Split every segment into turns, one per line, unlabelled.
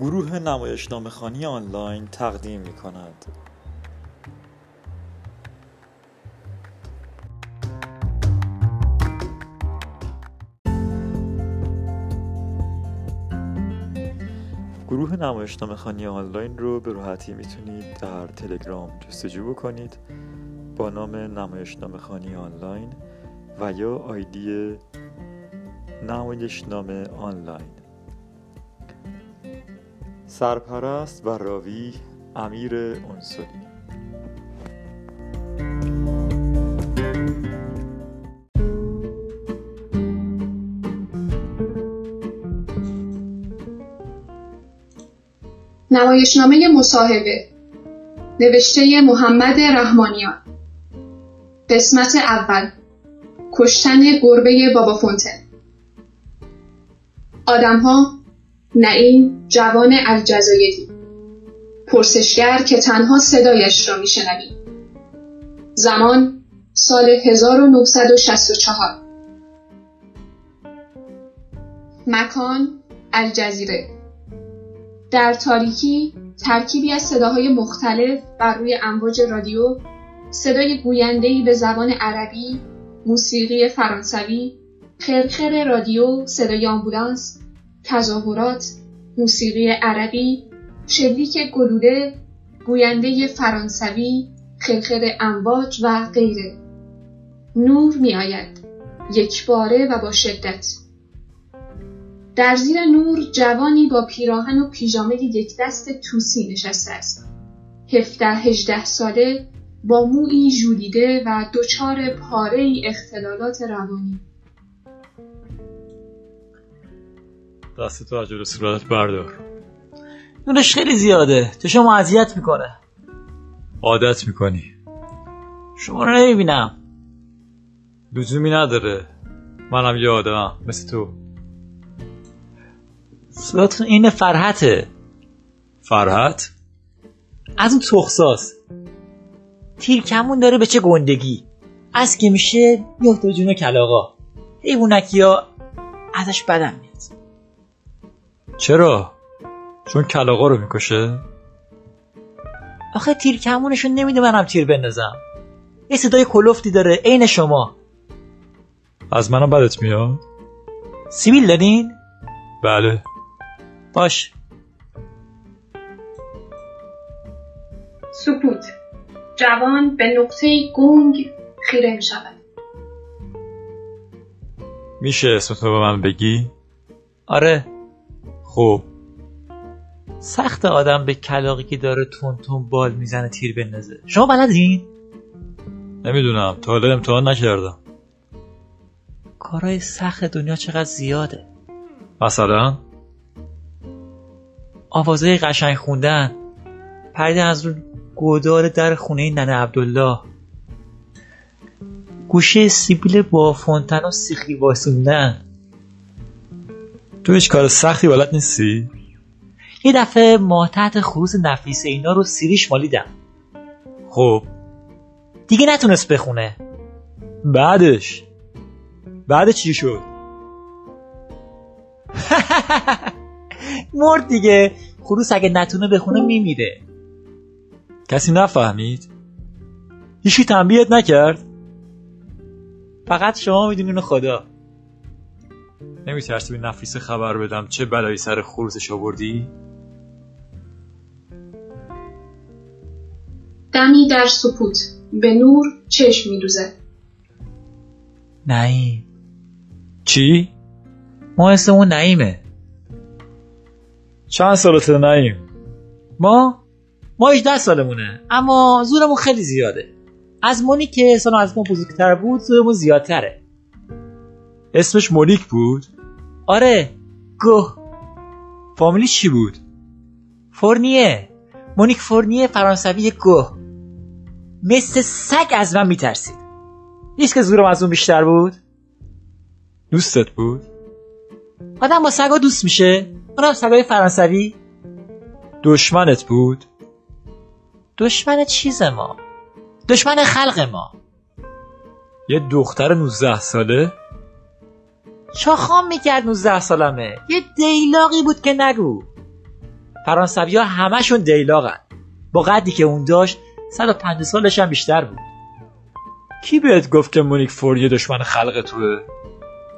گروه نمایشنامهخوانی آنلاین تقدیم می کند. گروه نمایشنامه خانی آنلاین رو به راحتی میتونید در تلگرام جستجو بکنید با نام نمایشنامه خانی آنلاین و یا آیدی نمایشنامه آنلاین سرپرست و راوی امیر انصاری
نمایشنامه مصاحبه نوشته محمد رحمانیان قسمت اول کشتن گربه بابا فونتن آدمها نعیم جوان الجزایری پرسشگر که تنها صدایش را میشنویم زمان سال 1964 مکان الجزیره در تاریکی ترکیبی از صداهای مختلف بر روی امواج رادیو صدای گویندهی به زبان عربی موسیقی فرانسوی خرخر رادیو صدای آمبولانس تظاهرات موسیقی عربی شلیک گلوله گوینده فرانسوی خرخر امواج و غیره نور میآید یک باره و با شدت در زیر نور جوانی با پیراهن و پیژامه یک دست توسی نشسته است. هفته هجده ساله با مویی ژولیده و دچار پاره اختلالات روانی.
دست تو از جلو صورتت بردار
نورش خیلی زیاده چشم اذیت میکنه
عادت میکنی
شما رو نمیبینم
لزومی نداره منم یه آدمم مثل تو
صورتتون این فرحته
فرحت
از اون تخصاست تیرکمون داره به چه گندگی از که میشه میفته به جون کلاغا حیوانکی ها ازش بدم میاد
چرا چون کلاغا رو میکشه
آخه تیر کمونشون نمیده منم تیر بندازم یه صدای کلفتی داره عین شما
از منم بدت میاد
سیبیل دارین
بله
باش
سکوت جوان به نقطه گنگ خیره می شود.
میشه اسم تو به من بگی
آره
خب
سخت آدم به کلاقی که داره تون تون بال میزنه تیر بندازه شما بلدین
نمیدونم تا حالا امتحان نکردم
کارهای سخت دنیا چقدر زیاده
مثلا
آوازهای قشنگ خوندن پریدن از اون گودال در خونه ننه عبدالله گوشه سیبیل با فونتن و سیخی باسوندن
تو هیچ کار سختی بلد نیستی
یه دفعه ماتحت خروس نفیس اینا رو سیریش مالیدم
خب
دیگه نتونست بخونه
بعدش بعد چی شد
مرد دیگه خروس اگه نتونه بخونه میمیره
کسی نفهمید هیچی تنبیهت نکرد
فقط شما میدونین و خدا
نمیترسی به نفیسه خبر بدم چه بلایی سر خروسش آوردی
دمی در سکوت به نور چشم می دوزد.
نعیم
چی
ما اسممون نعیمه
چند سالته نعیم
ما ما 18 سالمونه اما زورمون خیلی زیاده از مونی که سال از ما بزرگتر بود زورمون زیادتره
اسمش مونیک بود
آره گه
فامیلی چی بود
فورنیه مونیک فورنیه فرانسوی گه مثل سگ از من میترسید نیست که زورم از اون بیشتر بود
دوستت بود
آدم با سگا دوست میشه اونم سگای فرانسوی
دشمنت بود
دشمن چیز ما دشمن خلق ما
یه دختر 19 ساله
چاخام میکرد 19 سالمه یه دیلاقی بود که نگو فرانسوی ها همشون دیلاقن با قدی که اون داشت 150 سالش هم بیشتر بود
کی بهت گفت که مونیک فوریه دشمن خلق توه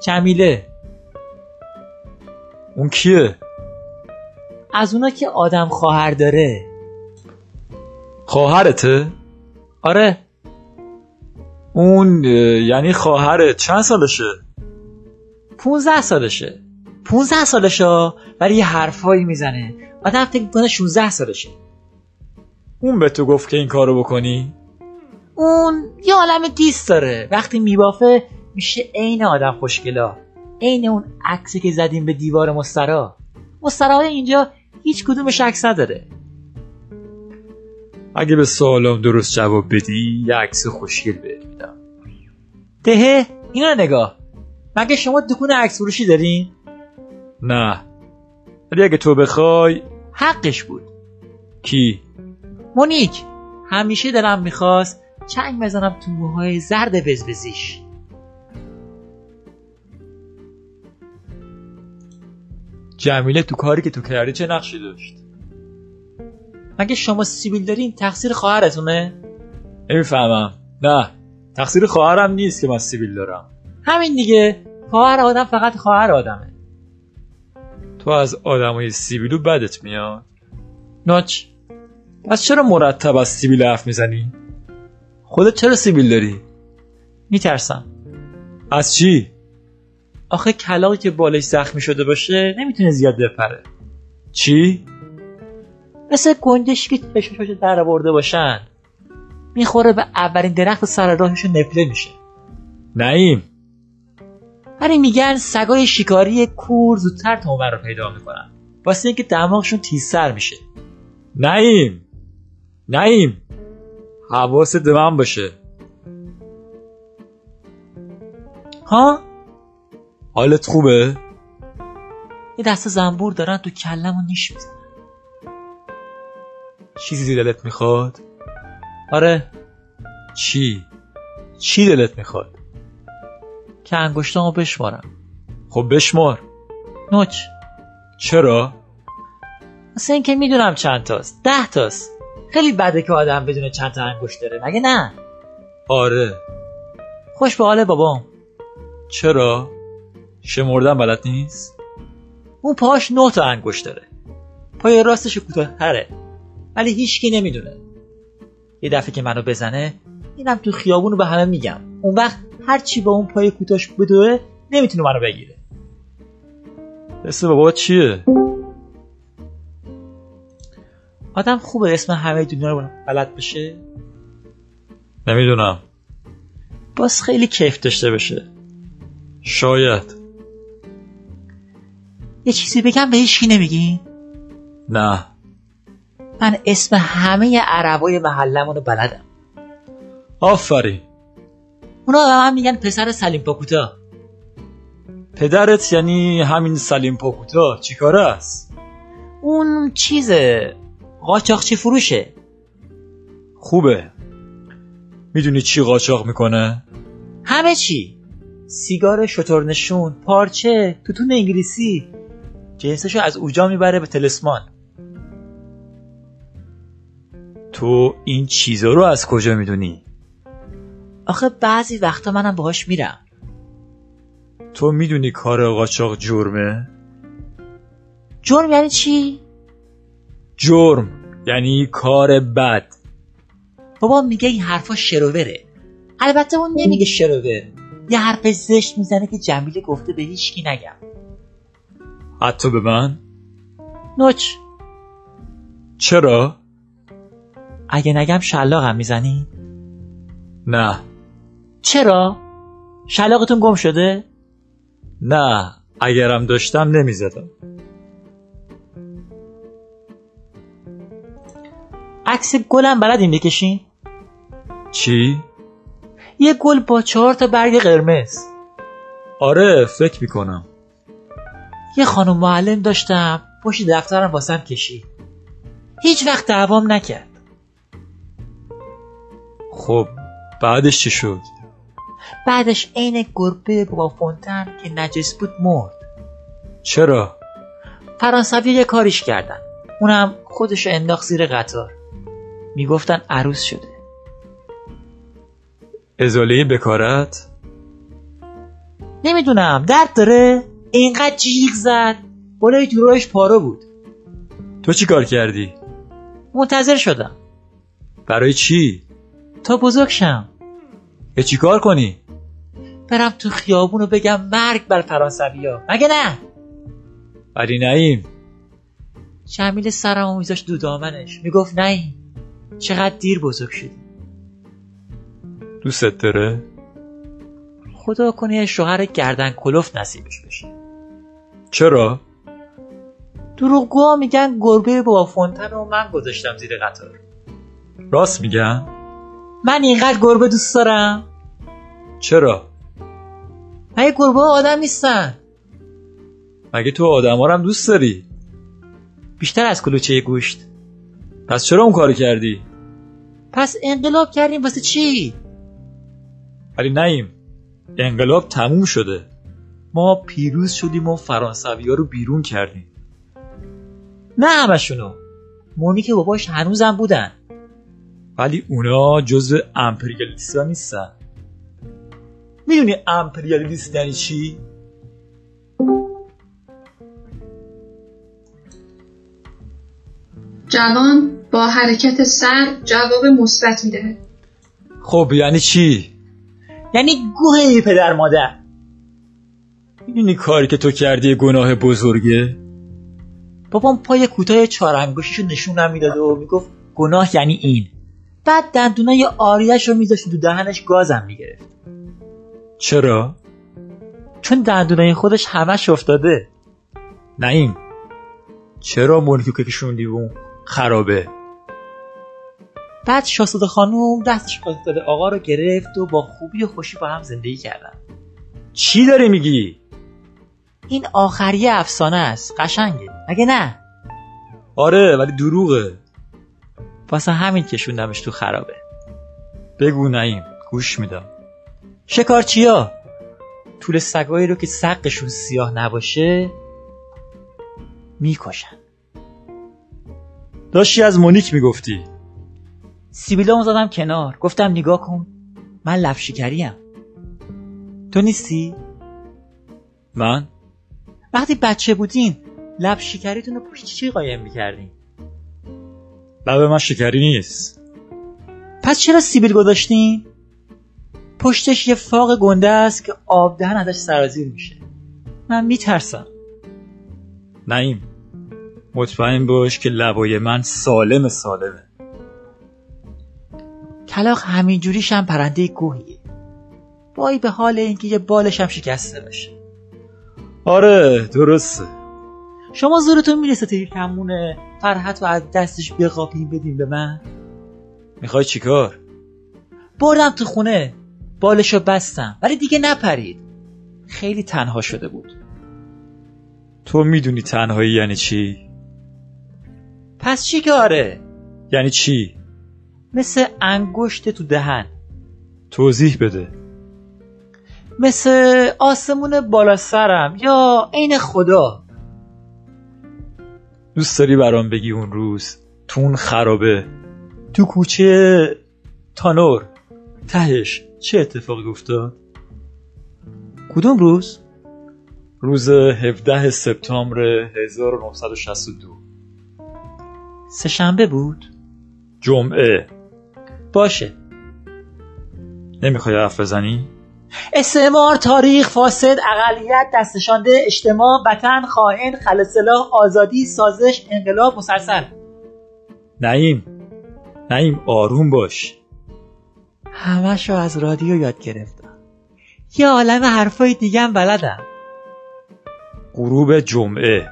جمیله
اون کیه
از اونا که آدم خواهر داره
خواهرته
آره
اون اه، یعنی خواهرت چند سالشه
15 سالشه 15 سالشه ها، ولی یه حرفایی میزنه آدم فکر میکنه 16 سالشه
اون به تو گفت که این کارو بکنی
اون یه عالم دیست داره وقتی میبافه میشه عین آدم خوشگلا عین اون عکسی که زدیم به دیوار مسترا مستراهای اینجا هیچ کدومش عکس نداره
اگه به سوالام درست جواب بدی یه عکس خوشگل بهت میدم
دهه اینا رو نگاه مگه شما دکون عکس فروشی دارین
نه ولی اگه تو بخوای
حقش بود
کی
مونیک همیشه دلم میخواست چنگ بزنم تو موهای زرد وزوزیش
جمیله تو کاری که تو کردی چه نقشی داشت
مگه شما سیبیل دارین تقصیر خواهرتونه
نمیفهمم نه تقصیر خواهرم نیست که من سیبیل دارم
همین دیگه خواهر آدم فقط خواهر آدمه
تو از آدمای سیبیلو بدت میاد
نوچ
پس چرا مرتب از سیبیل حرف میزنی خودت چرا سیبیل داری
میترسم
از چی
آخه کلاقی که بالش زخمی شده باشه نمیتونه زیاد بپره
چی
مثل گنجش که چشمشو در آورده باشن میخوره به اولین درخت سر راهش و نپله میشه
نعیم
ولی میگن سگای شکاری کور زودتر تومر رو پیدا میکنن واسه اینکه دماغشون تیزتر میشه
نعیم نعیم حواست به من باشه
ها
حالت خوبه
یه دسته زنبور دارن تو کلم و نیش میزنن
چیزی دلت میخواد
آره
چی چی دلت میخواد
که انگشتامو بشمارم
خب بشمار
نوچ
چرا
مثل اینکه میدونم چند تاست ده تاست خیلی بده که آدم بدون چند تا انگشت داره مگه نه
آره
خوش به حال بابام
چرا شمردن بلد نیست
اون پاهاش نه تا انگشت داره پای راستش کوتاهتره ولی هیچکی نمیدونه یه دفعه که منو بزنه اینم تو خیابون رو به همه میگم اون وقت هر چی با اون پای کوتاش بدوه نمیتونه منو بگیره
اسم بابا چیه
آدم خوبه اسم همه دنیا رو بلد بشه
نمیدونم
باز خیلی کیف داشته باشه
شاید
یه چیزی بگم به هیچکی نمیگی
نه
من اسم همه عربای محلمون رو بلدم
آفرین
اونا به من میگن پسر سلیم پاکوتا
پدرت یعنی همین سلیم پاکوتا چیکاره است
اون چیزه قاچاقچی فروشه
خوبه میدونی چی قاچاق میکنه
همه چی سیگار شترنشون پارچه توتون انگلیسی جنسشو از اوجا میبره به تلسمان
تو این چیزا رو از کجا میدونی
آخه بعضی وقتا منم باهاش میرم
تو میدونی کار قاچاق جرمه
جرم یعنی چی
جرم یعنی کار بد
بابا میگه این حرفا شروره البته اون نمیگه شروور یه حرف زشت میزنه که جمیله گفته به هیچکی نگم
حتی به من
نوچ
چرا
اگه نگم شلاقم میزنی
نه
چرا شلاقتون گم شده
نه اگرم داشتم نمیزدم
عکس گلم بلدین بکشین
چی
یه گل با چهار تا برگ قرمز
آره فکر میکنم
یه خانم معلم داشتم پشت دفترم واسم کشید هیچ وقت دعوام نکرد
خب بعدش چی شد
بعدش عین گربه با فونتن که نجس بود مرد
چرا
فرانسوی یه کاریش کردن اونم خودش انداخت زیر قطار میگفتن عروس شده
ازاله بکارت
نمیدونم درد داره اینقدر جیغ زد بالای دورایش پاره بود
تو چی کار کردی؟
منتظر شدم
برای چی؟
تا بزرگ شم
که چی کار کنی؟
برم تو خیابون و بگم مرگ بر فرانسوی ها مگه نه
علی نعیم
شمیل سرمو میذاشت دو دامنش میگفت نه چقدر دیر بزرگ شدی
دوستت داره؟
خدا کنه یه شوهر گردن کلفت نصیبش بشه
چرا؟
دروغگوها میگن گربه با فونتن و من گذاشتم زیر قطار
راست میگم؟
من اینقدر گربه دوست دارم
چرا؟
مگه گربه ها آدم نیستن
مگه تو آدما رو هم دوست داری؟
بیشتر از کلوچه گوشت
پس چرا اون کارو کردی؟
پس انقلاب کردیم واسه چی
علی نعیم انقلاب تموم شده
ما پیروز شدیم و فرانسوی ها رو بیرون کردیم نه همشونو مومی که باباش هنوزم بودن
ولی اونا جزو امپریالیستا نیستن
میدونی امپریالیست یعنی چی
جوان با حرکت سر جواب مثبت میده
خب یعنی چی؟
یعنی گوه بی پدر مادر
میدونی کاری که تو کردی گناه بزرگه؟
بابام پای کوتاه چهار انگشتشو نشونم میداد و میگفت گناه یعنی این بعد دندونای آریش رو میذاشت تو دهنش گازم میگرفت
چرا؟
چون دندونای خودش همش افتاده
نعیم چرا ملکیو که کشوندی و اون خرابه؟
بعد شاهزاده خانوم دستش شاهزاده آقا رو گرفت و با خوبی و خوشی با هم زندگی کردن
چی داری میگی؟
این آخریه افسانه است قشنگه مگه نه
آره ولی دروغه
واسه همین کشوندمش تو خرابه
بگو نعیم گوش میدم
شکارچیا طول سگایی رو که سقشون سیاه نباشه میکشن
داشتی از مونیک میگفتی
سیبیلا اون زدم کنار گفتم نگاه کن من لفشیگریم تو نیستی؟
من؟
وقتی بچه بودین لب شکریتون رو پشت چی قایم میکردین
لب من شکری نیست
پس چرا سیبیل گذاشتین؟ پشتش یه فاق گنده است که آب دهن ازش سرازیر میشه من میترسم
نعیم مطمئن باش که لبای من سالم سالمه
کلاق همینجوریش هم پرنده گوهیه وای به حال اینکه یه بالش هم شکسته بشه
آره درسته
شما زورتون میرسه تا یه کمونه فرحت و از دستش بقاپیم بدیم به من
میخوای چیکار؟
بردم تو خونه بالش رو بستم ولی دیگه نپرید خیلی تنها شده بود
تو میدونی تنهایی یعنی چی؟
پس چی کاره؟
یعنی چی؟
مثل انگشت تو دهن
توضیح بده
مثل آسمون بالا سرم یا عین خدا
دوست داری برام بگی اون روز تو اون خرابه
تو کوچه
تانور تهش چه اتفاقی افتاد
کدوم روز؟
روز 17 سپتامبر 1962
سه شنبه بود
جمعه
باشه
نمیخوای حرف بزنی؟
استعمار تاریخ فاسد اقلیت دستشانده اجتماع وطن خائن خلصلاح آزادی سازش انقلاب مسلسل
نعیم نعیم آروم باش
همشو از رادیو یاد گرفتم یه عالم حرفای دیگم بلدم
غروب جمعه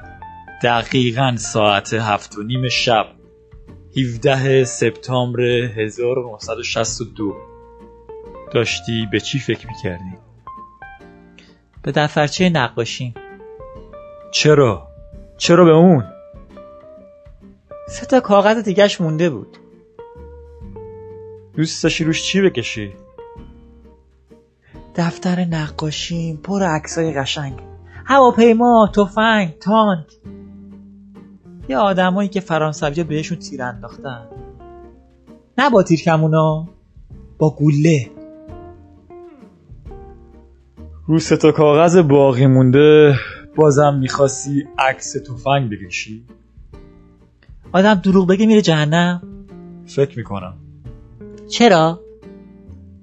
دقیقا ساعت هفت و نیم شب 17 سپتامبر 1962 داشتی به چی فکر میکردی؟
به دفترچه نقاشیم
چرا؟ چرا به اون؟
سه تا کاغذ دیگهش مونده بود
دوست داشتی روش چی بکشی؟
دفتر نقاشیم پر عکسای قشنگ هواپیما تفنگ تانک یه آدمایی که فرانسویا بهشون تیر انداختن نه با تیرکمونا با گوله
رو سه تا کاغذ باقی مونده بازم میخواستی عکس تفنگ بکشی
آدم دروغ بگه میره جهنم
فکر میکنم
چرا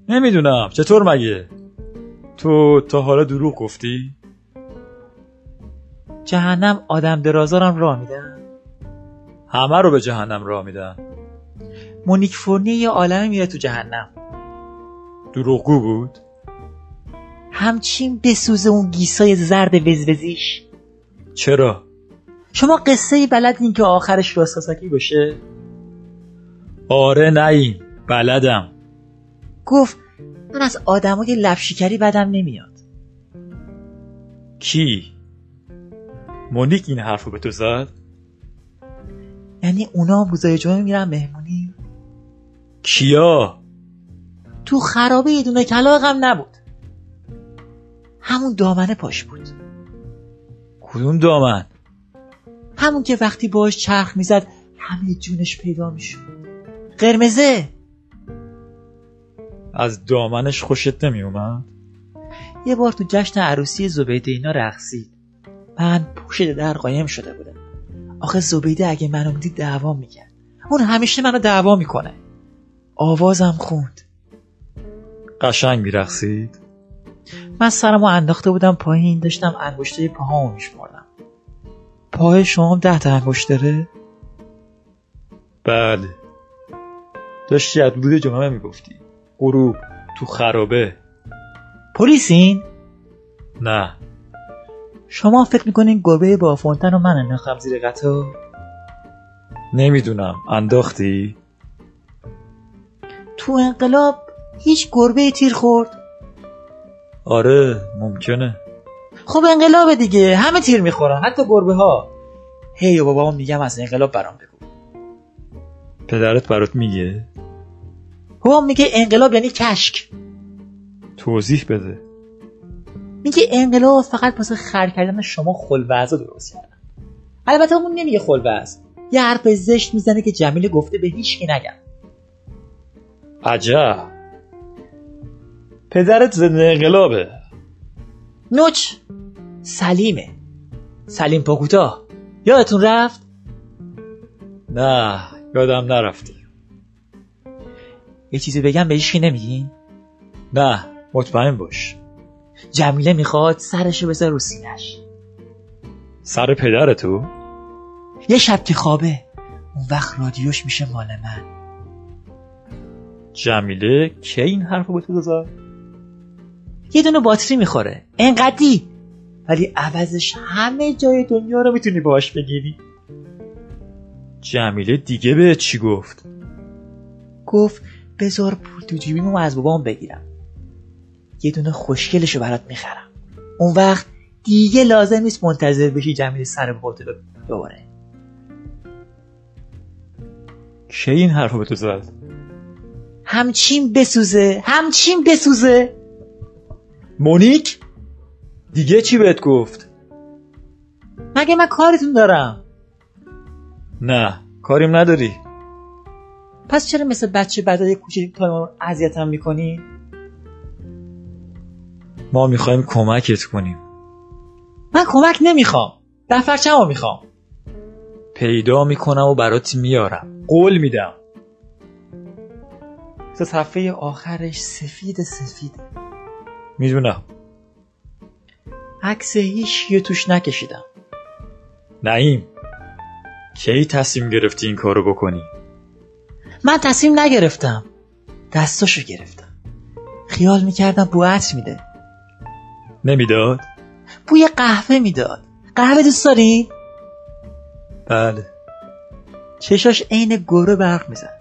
نمیدونم چطور مگه تو تا حالا دروغ گفتی
جهنم آدم درازارم را میدن
همه رو به جهنم راه میدن
مونیک فورنی یه عالمه میره تو جهنم
دروغگو بود
همچین بسوزه اون گیسای زرد وزوزیش
چرا
شما قصه بلدین که آخرش راستاسکی باشه
آره نیم بلدم
گفت من از آدمای لفشیکری بدم نمیاد
کی مونیک این حرف رو به تو زد
یعنی اونا هم روزای جمعه میرن مهمونی
کیا
تو خرابه یه دونه کلاقم نبود همون دامنه پاش بود
کدوم دامن
همون که وقتی باش چرخ میزد همه جونش پیدا میشد قرمزه
از دامنش خوشت نمیومد
یه بار تو جشن عروسی زبیده اینا رقصید من پشت در قایم شده بودم آخه زبیده اگه منو میدید دعوا میکرد اون همیشه منو دعوا میکنه آوازم خوند
قشنگ میرقصید
من سرمو انداخته بودم پایین داشتم انگشته پاهامو میشمردم پای شما هم ده تا انگشت داره
بله داشتی از بود جمعه میگفتی غروب تو خرابه
پلیسین
نه
شما فکر میکنین گربه با فونتن و من انداختم زیر قطار
نمیدونم انداختی
تو انقلاب هیچ گربه تیر خورد
آره ممکنه
خب انقلاب دیگه همه تیر میخورن حتی گربه ها هی و بابام میگم از انقلاب برام بگو
پدرت برات میگه
بابام میگه انقلاب یعنی کشک
توضیح بده
میگه انقلاب فقط واسه خر کردن شما خلوزا درست کردن البته اون نمیگه خلوز یه حرف زشت میزنه که جمیل گفته به هیچکی نگم
عجب پدرت زنده انقلابه
نوچ سلیمه سلیم پاکوتا یادتون رفت
نه یادم نرفتی
یه چیزی بگم به هیچکی نمیگین
نه مطمئن باش
جمیله میخواد سرشو بذار رو سینش
سر پدرتو
یه شب که خوابه اون وقت رادیوش میشه مال من
جمیله کی این حرف رو به تو زد
یه دونه باتری میخوره انقدی ولی عوضش همه جای دنیا رو میتونی باهاش بگیری
جمیله دیگه به چی گفت
گفت بذار پول تو جیبیم و از بابام بگیرم یه دونه خوشگلشو برات میخرم اون وقت دیگه لازم نیست منتظر بشی جمیله سر بابات رو بباره
کی این حرف رو به تو زد
همچین بسوزه همچین بسوزه
مونیک دیگه چی بهت گفت
مگه من کارتون دارم
نه کاریم نداری
پس چرا مثل بچه بدای کوچیک تا ما رو اذیتم میکنی
ما میخوایم کمکت کنیم
من کمک نمیخوام دفترچه‌مو میخوام
پیدا میکنم و برات میارم قول میدم
تو صفحه آخرش سفید سفید
میدونم
عکس هیچ یه توش نکشیدم
نعیم کی تصمیم گرفتی این کارو بکنی
من تصمیم نگرفتم دستاشو گرفتم خیال میکردم بو عطر میده
نمیداد
بوی قهوه میداد قهوه دوست داری؟
بله
چشاش عین گروه برق میزد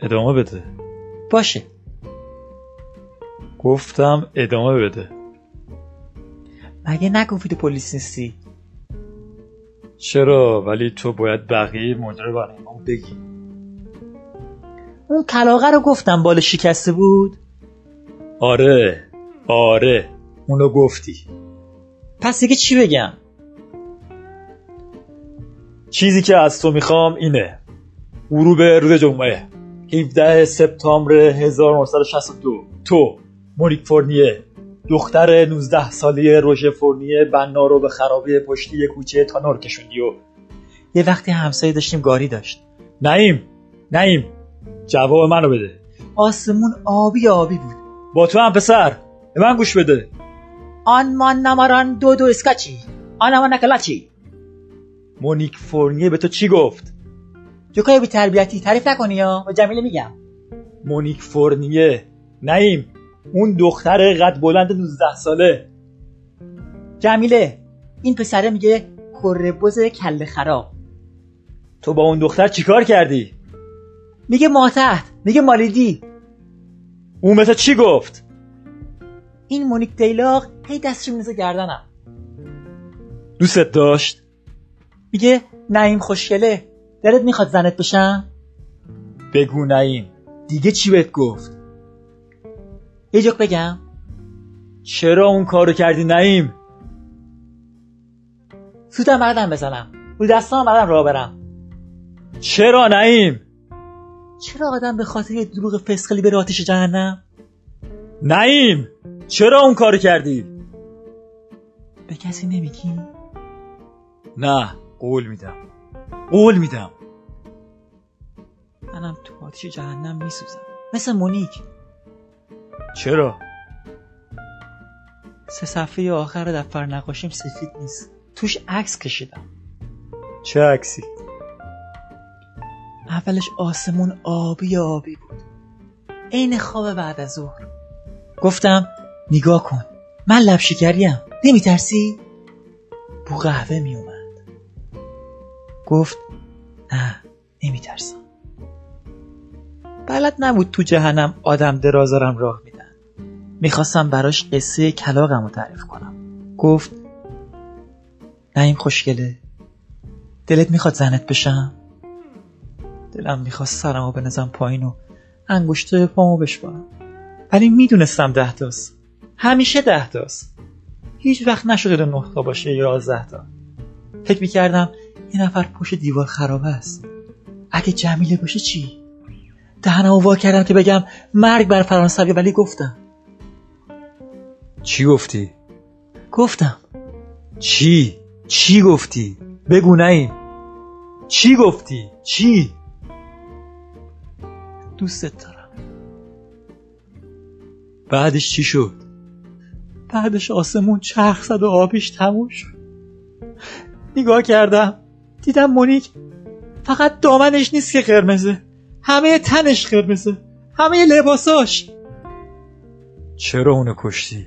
ادامه بده
باشه
گفتم ادامه بده
مگه نگفتی تو پلیس نیستی
چرا ولی تو باید بقیه ماجرا رو برای ما بگی
اون کلاغه رو گفتم بال شکسته بود
آره آره اونو گفتی
پس دیگه چی بگم
چیزی که از تو میخوام اینه غروب روز جمعه 17 سپتامبر 1962 تو مونیک فورنیه دختر 19 ساله روژه فورنیه بنا رو به خرابه پشتی کوچه تانور کشوندی و
یه وقتی همسایه داشتیم گاری داشت
نعیم نعیم جواب منو بده
آسمون آبی آبی بود
با تو هم پسر به من گوش بده
آن مان نماران دو دو اسکاچی آن اما نکلاچی
مونیک فورنیه به تو چی گفت
جوکای بی تربیتی تعریف نکنی یا به جمیله میگم
مونیک فورنیه نعیم اون دختر قد بلند 19 ساله
جمیله این پسره میگه کربز کله خراب
تو با اون دختر چیکار کردی
میگه ماتحت میگه مالیدی
اون مثل چی گفت
این مونیک دیلاق هی دستش میزه گردنم
دوستت داشت
میگه نعیم خوشگله دلت میخواد زنت بشم
بگو نعیم دیگه چی بهت گفت
یه جوک بگم
چرا اون کارو کردی نعیم
سوتم بردم بزنم رو دستام بردم راه برم
چرا نعیم
چرا آدم به خاطر یه دروغ فسقلی بره آتیش جهنم
نعیم چرا اون کارو کردی
به کسی نمیگی
نه قول میدم قول میدم
منم تو آتیش جهنم میسوزم مثل مونیک
چرا
سه صفحه آخر دفتر نقاشیم سفید نیست توش عکس کشیدم
چه عکسی
اولش آسمون آبی آبی بود عین خواب بعد از ظهر گفتم نگاه کن من لب شکریم نمیترسی؟ بو قهوه میومد گفت نه نمیترسم بلد نبود تو جهنم آدم درازارم راه میدن میخواستم براش قصه کلاقم رو تعریف کنم گفت نه این خوشگله دلت میخواد زنت بشم دلم میخواست سرمو بنزم پایین و انگشته پامو بشورم ولی میدونستم ده تاست همیشه ده تاست هیچ وقت نشده دو نه تا باشه یا یازده تا فکر میکردم یه نفر پشت دیوار خرابه است اگه جمیله باشه چی دهنمو وا کردم که بگم مرگ بر فرانسوی ولی گفتم
چی گفتی
گفتم
چی چی گفتی بگو نعیم چی گفتی چی
دوستت دارم
بعدش چی شد
بعدش آسمون چرخ زد و آبیش تموم شد نگاه کردم دیدم مونیک فقط دامنش نیست که قرمزه همه تنش قرمزه همه لباساش
چرا اونو کشتی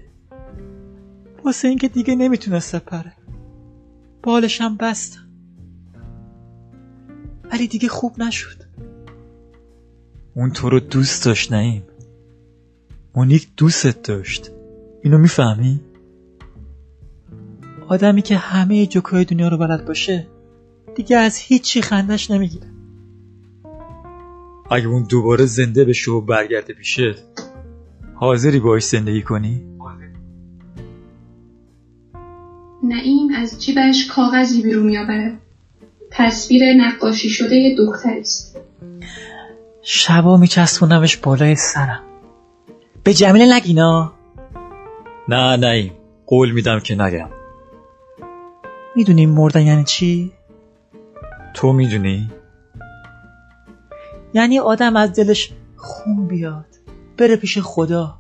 واسه اینکه دیگه نمیتونست بپره بالشم بستم ولی دیگه خوب نشد
اون تو رو دوست داشت نعیم مونیک دوستت داشت اینو میفهمی
آدمی که همه جوکای دنیا رو بلد باشه دیگه از هیچی خندش نمیگیره
اگه اون دوباره زنده بشه و برگرده پیشت حاضری باش زندگی کنی
نعیم از جیبش کاغذی بیرون میآورد تصویر نقاشی شده یک دختری است
شبا میچسبونمش بالای سرم به جمیله نگینا
نه نعیم قول میدم که نگم
میدونی مردن یعنی چی؟
تو میدونی
یعنی آدم از دلش خون بیاد بره پیش خدا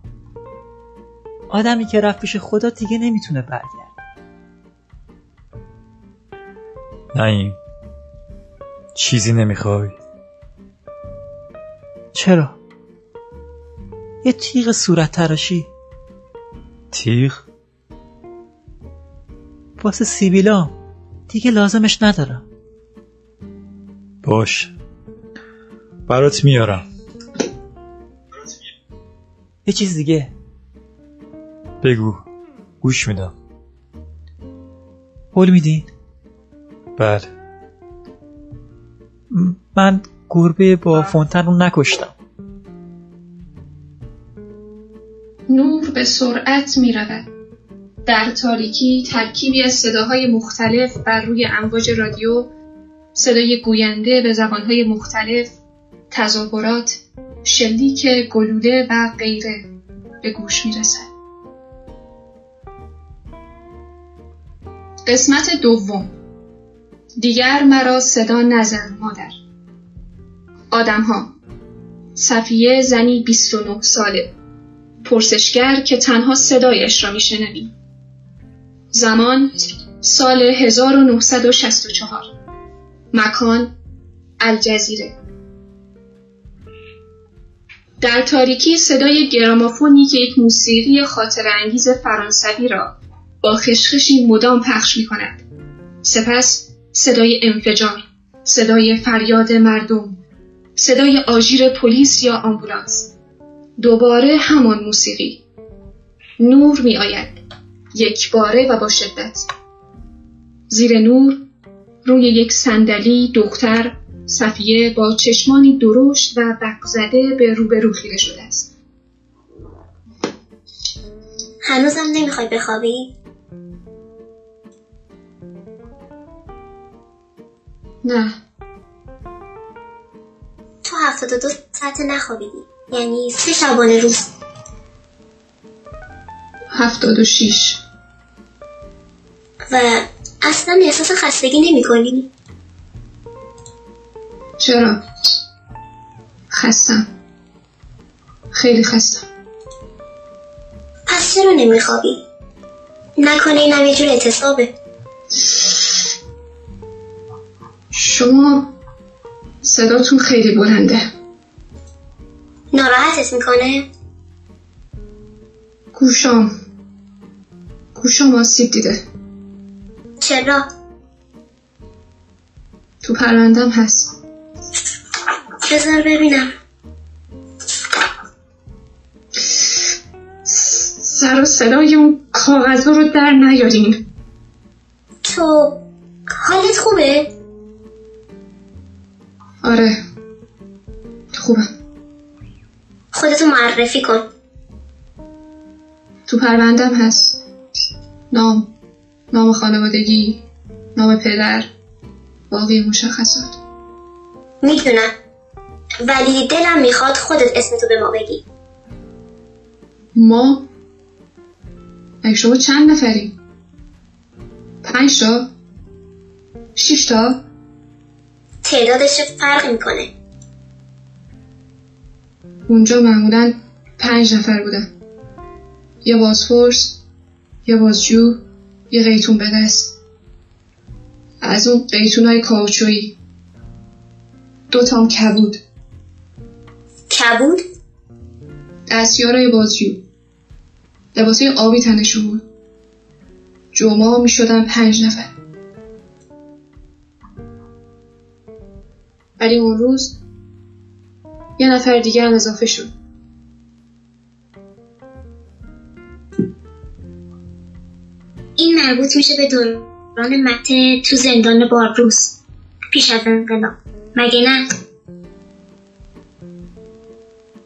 آدمی که رفت پیش خدا دیگه نمیتونه برگرد
نعیم چیزی نمیخوای
چرا؟ یه تیغ صورت تراشی
تیغ
واسه سیبیلا دیگه لازمش ندارم
باش برات میارم
یه چیز دیگه
بگو گوش میدم
قول میدین
بله
م- من گربه با فونتن رو نکشتم
نور به سرعت می رود. در تاریکی ترکیبی از صداهای مختلف بر روی امواج رادیو صدای گوینده به زبانهای مختلف، تظاهرات، شلیک، گلوله و غیره به گوش میرسد. قسمت دوم دیگر مرا صدا نزن مادر آدمها صفیه زنی 29 ساله پرسشگر که تنها صدایش را میشنوی زمان سال 1964 مکان الجزیره در تاریکی صدای گرامافونی که یک موسیقی خاطر انگیز فرانسوی را با خشخشی مدام پخش می کند. سپس صدای انفجار، صدای فریاد مردم، صدای آژیر پلیس یا آمبولانس. دوباره همان موسیقی. نور می آید. یک باره و با شدت. زیر نور روی یک صندلی دختر صفیه با چشمانی درشت و بقزده به روبرو خیره شده است.
هنوزم نمیخوای بخوابی؟
نه
تو هفتاد و دو ساعت نخوابیدی یعنی سه شبانه روز
هفتاد و شیش
و اصلا احساس خستگی نمی کنی
چرا؟ خستم خیلی خستم
پس چرا نمیخوابی؟ نکنه اینم یه جور اعتصابه
شما صداتون خیلی بلنده
ناراحتت میکنه؟
گوشام گوشام آسیب دیده
چرا؟
تو پرندم هست
بذار ببینم
سر و صدای اون کاغذ رو در نیارین
تو حالت خوبه؟
آره خوبه
خودتو معرفی کن
تو پروندم هست نام نام خانوادگی نام پدر باقی مشخصات
میدونم ولی دلم میخواد خودت اسمتو به ما بگی
ما اگه شما چند نفری پنج تا شیش تا
تعدادش فرق میکنه
اونجا معمولا پنج نفر بودن یه بازپرس یه بازجو یه قیتون به دست از اون قیتون های کاوچویی دو تام کبود
کبود؟
دستیارای بازجو لباسه آبی تنشون بود جمعه می شدن پنج نفر ولی اون روز یه نفر دیگه هم اضافه شد
این مربوط میشه به دوران مته تو زندان باربروس پیش از انقلاب مگه نه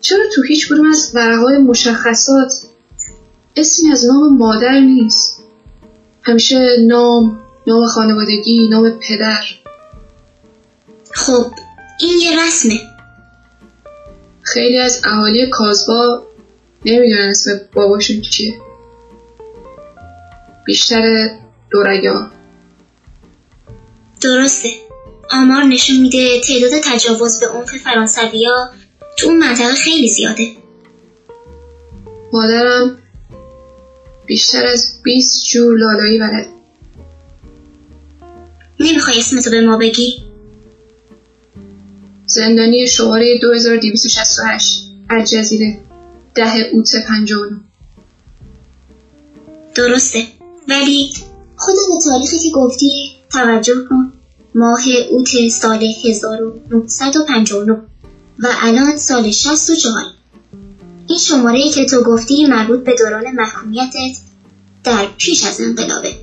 چرا تو هیچ کدوم از ورقه های مشخصات اسمی از نام مادر نیست همیشه نام نام خانوادگی نام پدر
خب این یه رسمه
خیلی از اهالی کازبا نمیدونن اسم باباشون چیه بیشتر دورگا
درسته آمار نشون میده تعداد تجاوز به عمق فرانسویا تو اون منطقه خیلی زیاده
مادرم بیشتر از 20 جور لالایی بلد
نمیخوای اسمتو به ما بگی
زندانی شماره 2268 الجزیره ده اوت 59
درسته ولی خودم به تاریخی که گفتی توجه کن ماه اوت سال 1959 و الان سال 64 این شماره ای که تو گفتی مربوط به دوران محکومیتت در پیش از انقلابه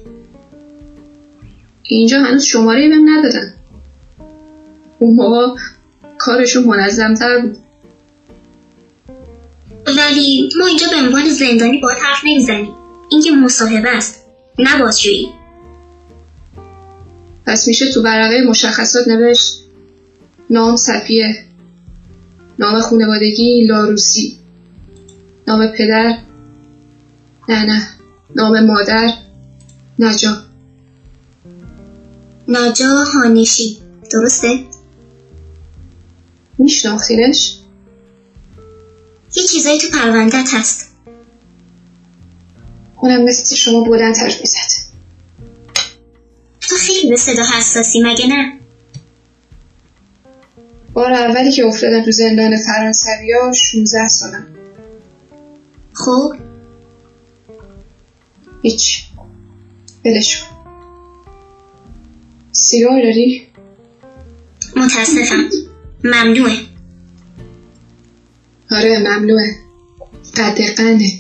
اینجا هنوز شماره بهم ندادن اون موقع کارشون منظمتر بود
ولی ما اینجا به عنوان زندانی باید حرف نمیزنیم این که مصاحبه است نه بازجویی
پس میشه تو ورقه مشخصات نوشت نام صفیه نام خانوادگی لاروسی نام پدر نه نه نام مادر نجا
نجا هانشی درسته؟
میشناختینش
یه چیزایی تو پروندت هست
اونم مثل شما بلندتر میزد
تو خیلی به صدا حساسی مگه نه؟
بار اولی که افتادم تو زندان فرانسویا 16 سالم
خب
هیچ ولش کن سیگار داری
متاسفم ممنوعه
آره ممنوعه قد قنه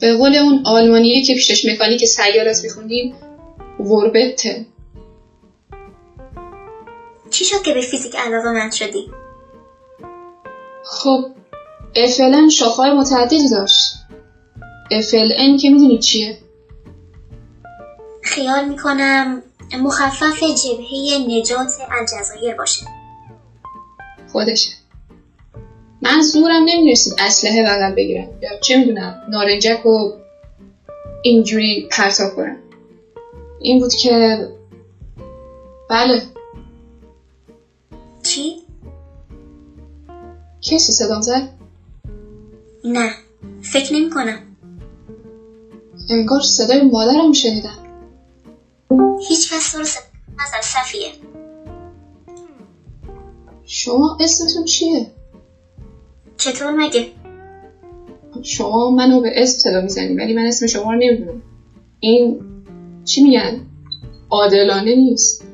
به قول اون آلمانیه که پیشش مکانیک سیارات میخوندیم وربته
چی شد که به فیزیک علاقه مند شدی؟
خب FLN شاخه‌های متعددی داشت FLN که میدونی چیه
خیال میکنم مخفف جبهه نجات الجزایر باشه
خودشه من زورم نمیرسید اسلحه بغل بگیرم یا چه میدونم نارنجک و اینجوری پرتاب کنم این بود که بله
چی؟
کسی صدام زد
نه فکر نمی کنم
انگار صدای مادرم شنیدم
هیچ کس تو رو صدا نزد صفیه
شما اسمتون چیه
چطور مگه؟
شما منو به اسم صدا میزنی ولی من اسم شما رو نمیدونم این چی میگن عادلانه نیست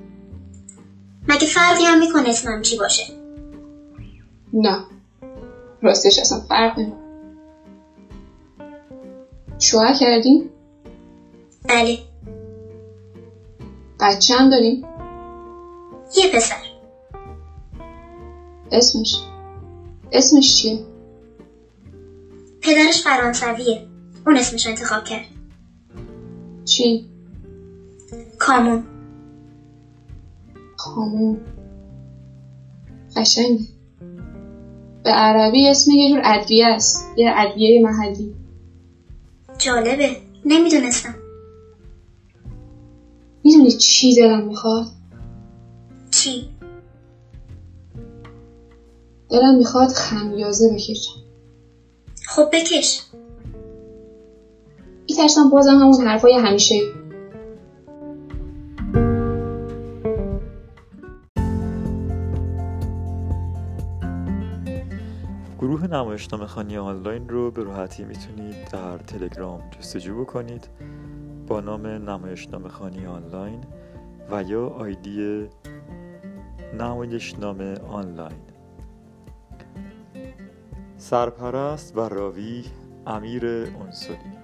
مگه فرقی هم میکنه اسمم چی باشه؟
نه راستش اصلا فرق نمیکنه شوهر کردیم
بله
بچه هم داریم
یه پسر
اسمش اسمش چیه
پدرش فرانسویه اون اسمش رو انتخاب کرد
چی
کامون
کامون قشنگه به عربی اسم یه جور ادویه است یه ادویه محلی
جالبه نمیدونستم
میدونی چی دلم میخواد
چی؟
دلم میخواد خمیازه بکشم
خب بکش
میترسم بازم همون حرفای همیشه
گروه نمایشنامه خانی آنلاین رو به راحتی میتونید در تلگرام جستجو بکنید با نام نمایشنامه خانی آنلاین و یا آیدی نمایشنامه آنلاین سرپرست و راوی امیر انصاری